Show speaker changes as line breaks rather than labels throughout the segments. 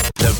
The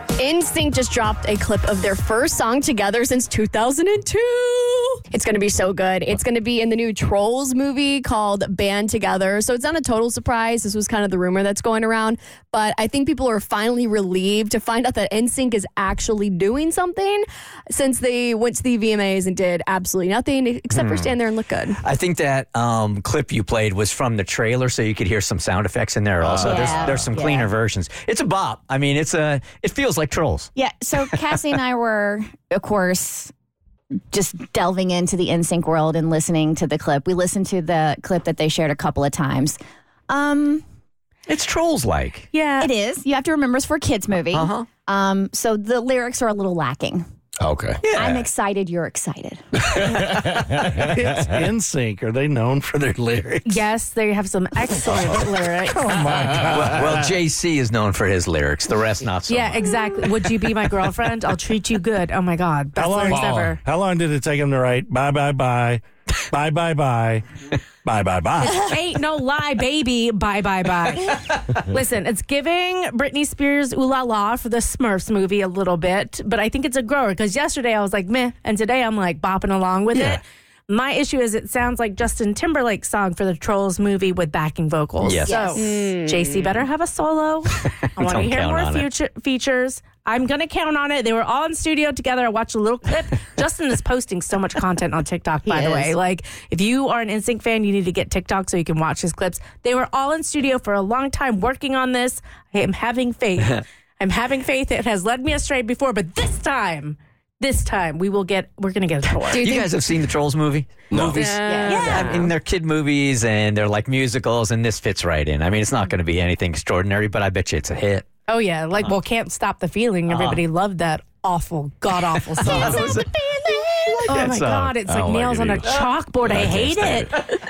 Instinct just dropped a clip of their first song together since 2002. It's going to be so good. It's going to be in the new Trolls movie called Band Together. So it's not a total surprise. This was kind of the rumor that's going around, but I think people are finally relieved to find out that NSYNC is actually doing something since they went to the VMAs and did absolutely nothing except
Hmm.
for stand there and look good.
I think that um, clip you played was from the trailer, so you could hear some sound effects in there. Also,
Oh, Yeah.
there's there's some cleaner
Yeah.
versions. It's a bop. I mean, it's a it feels like trolls.
Yeah. So Cassie and I were, of course, just delving into the NSYNC world and listening to the clip. We listened to the clip that they shared a couple of times. Um,
It's trolls like.
Yeah.
it is. You have to remember it's for a kids movie. Uh-huh. Um, so the lyrics are a little lacking.
Okay.
I'm excited. You're excited.
It's NSYNC. Are they known for their lyrics?
Yes, they have some excellent lyrics.
well, well, JC is known for his lyrics. The rest not so.
Yeah,
much.
exactly. Would you be my girlfriend? I'll treat you good. Oh my God, best
How long-
lyrics
Wow.
ever.
How long did it take them to write bye bye bye, bye bye bye, bye bye bye?
Ain't no lie, baby. Bye, bye, bye. Listen, it's giving Britney Spears Ooh La La for the Smurfs movie a little bit, but I think it's a grower because yesterday I was like meh, and today I'm like bopping along with it. My issue is it sounds like Justin Timberlake's song for the Trolls movie with backing vocals.
Yes.
So, JC better have a solo. I want to
Don't
hear
count
more
on it.
future, features. I'm going to count on it. They were all in studio together. I watched a little clip. Justin is posting so much content on TikTok, by the
is.
way. Like, if you are an NSYNC fan, you need to get TikTok so you can watch his clips. They were all in studio for a long time working on this. I am having faith. I'm having faith. It has led me astray before, but this time, this time, we will get, we're going to get a tour.
You guys have seen the Trolls movie? Movies.
Yeah.
I mean, they're kid movies and they're like musicals, and this fits right in. I mean, it's not going to be anything extraordinary, but I bet you it's a hit.
Oh, yeah. Like,
Uh-huh.
well, Can't Stop the Feeling. Everybody loved that awful, god awful song. Oh
That
my
song.
god, it's
uh, I
like
don't like
nails
it
on a
either.
chalkboard. I hate it.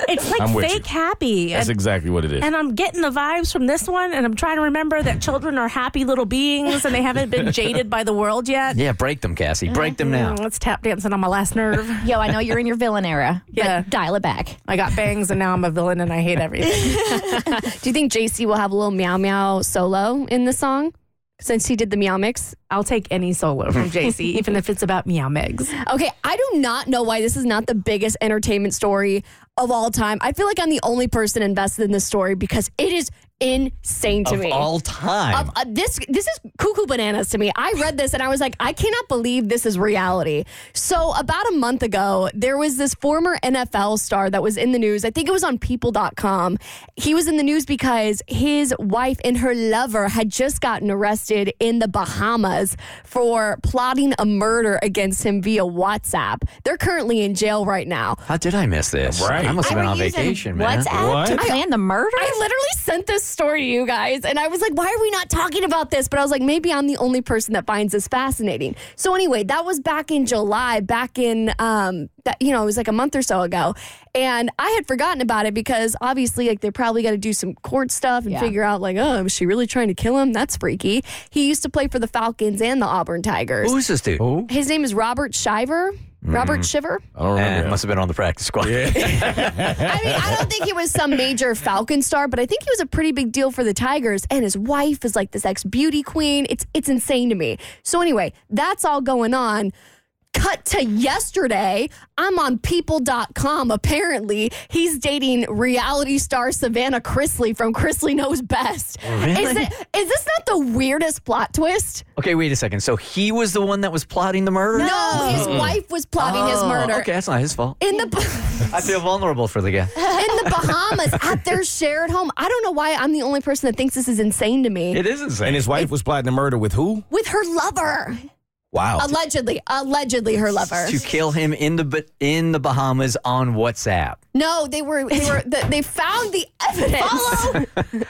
It's like
I'm with
fake
you.
happy.
That's
And,
exactly what it is.
and I'm getting the vibes from this one, and I'm trying to remember that children are happy little beings and they haven't been jaded by the world yet.
Yeah, break them, Cassie. Break them now.
Mm, Let's tap dancing on my last nerve.
Yo, I know you're in your villain era, but
Yeah.
dial it back.
I got bangs, and now I'm a villain, and I hate everything.
Do you think JC will have a little meow meow solo in the song since he did the meow mix?
I'll take any solo from JC, even if it's about meow megs.
Okay, I do not know why this is not the biggest entertainment story of all time. I feel like I'm the only person invested in this story because it is insane to
of
me.
all time.
Of, uh, this this is cuckoo bananas to me. I read this and I was like, I cannot believe this is reality. So about a month ago, there was this former NFL star that was in the news. I think it was on people.com. He was in the news because his wife and her lover had just gotten arrested in the Bahamas for plotting a murder against him via WhatsApp. They're currently in jail right now.
How did I miss this?
Right.
I must have been
We're
on
using
vacation, man.
WhatsApp to
What?
plan the murder?
I literally sent this story to you guys, and I was like, why are we not talking about this? But I was like, maybe I'm the only person that finds this fascinating. So, anyway, that was back in July, back in, um, that, you know, it was like a month or so ago. And I had forgotten about it because obviously, like, they probably got to do some court stuff and
Yeah.
figure out, like, oh, is she really trying to kill him? That's freaky. He used to play for the Falcons and the Auburn Tigers.
Who's this dude?
His name is Robert Shiver. Robert Shiver.
Oh, I don't
Eh,
remember.
must have been on the practice squad.
I mean, I don't think he was some major Falcon star, but I think he was a pretty big deal for the Tigers. And his wife is like this ex beauty queen. It's it's insane to me. So anyway, that's all going on. Cut to yesterday. I'm on people.com. Apparently, he's dating reality star Savannah Chrisley from Chrisley Knows Best. Is, it, is this not the weirdest plot twist?
Okay, wait a second. So he was the one that was plotting the murder?
No, his wife was plotting his
Oh,
murder.
Okay, that's not his fault.
In the
I feel vulnerable for the guy.
in the Bahamas at their shared home. I don't know why I'm the only person that thinks this is insane to me.
It is insane.
and his wife was plotting a murder with who?
With her lover,
Wow.
allegedly, allegedly her lover.
to kill him in the Ba- in the Bahamas on WhatsApp.
No, they were they were the, they found the evidence.
Follow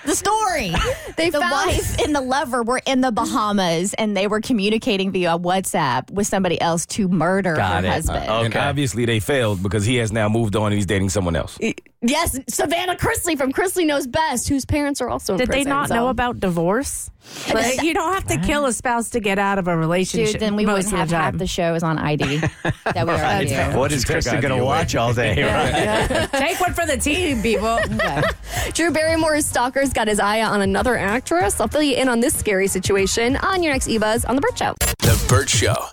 the story.
They
the
found
wife and the lover were in the Bahamas and they were communicating via WhatsApp with somebody else to murder
Got
her
it.
husband.
Uh,
And
Okay.
obviously they failed because he has now moved on and he's dating someone else.
Yes, Savannah Chrisley from Chrisley Knows Best, whose parents are also in
Did they
prison,
not
so-
know about divorce? Like, you don't have to kill a spouse to get out of a relationship.
Dude, then we
most
wouldn't
of
have
the time.
half the shows on ID that we already do.
What is
Just take
Kristen
ID
going to
away.
watch all day? right?
Take one for the team, people.
Drew Barrymore's stalker's got his eye on another actress. I'll fill you in on this scary situation on your next Eva's on E The Burt Show.
The Burt Show.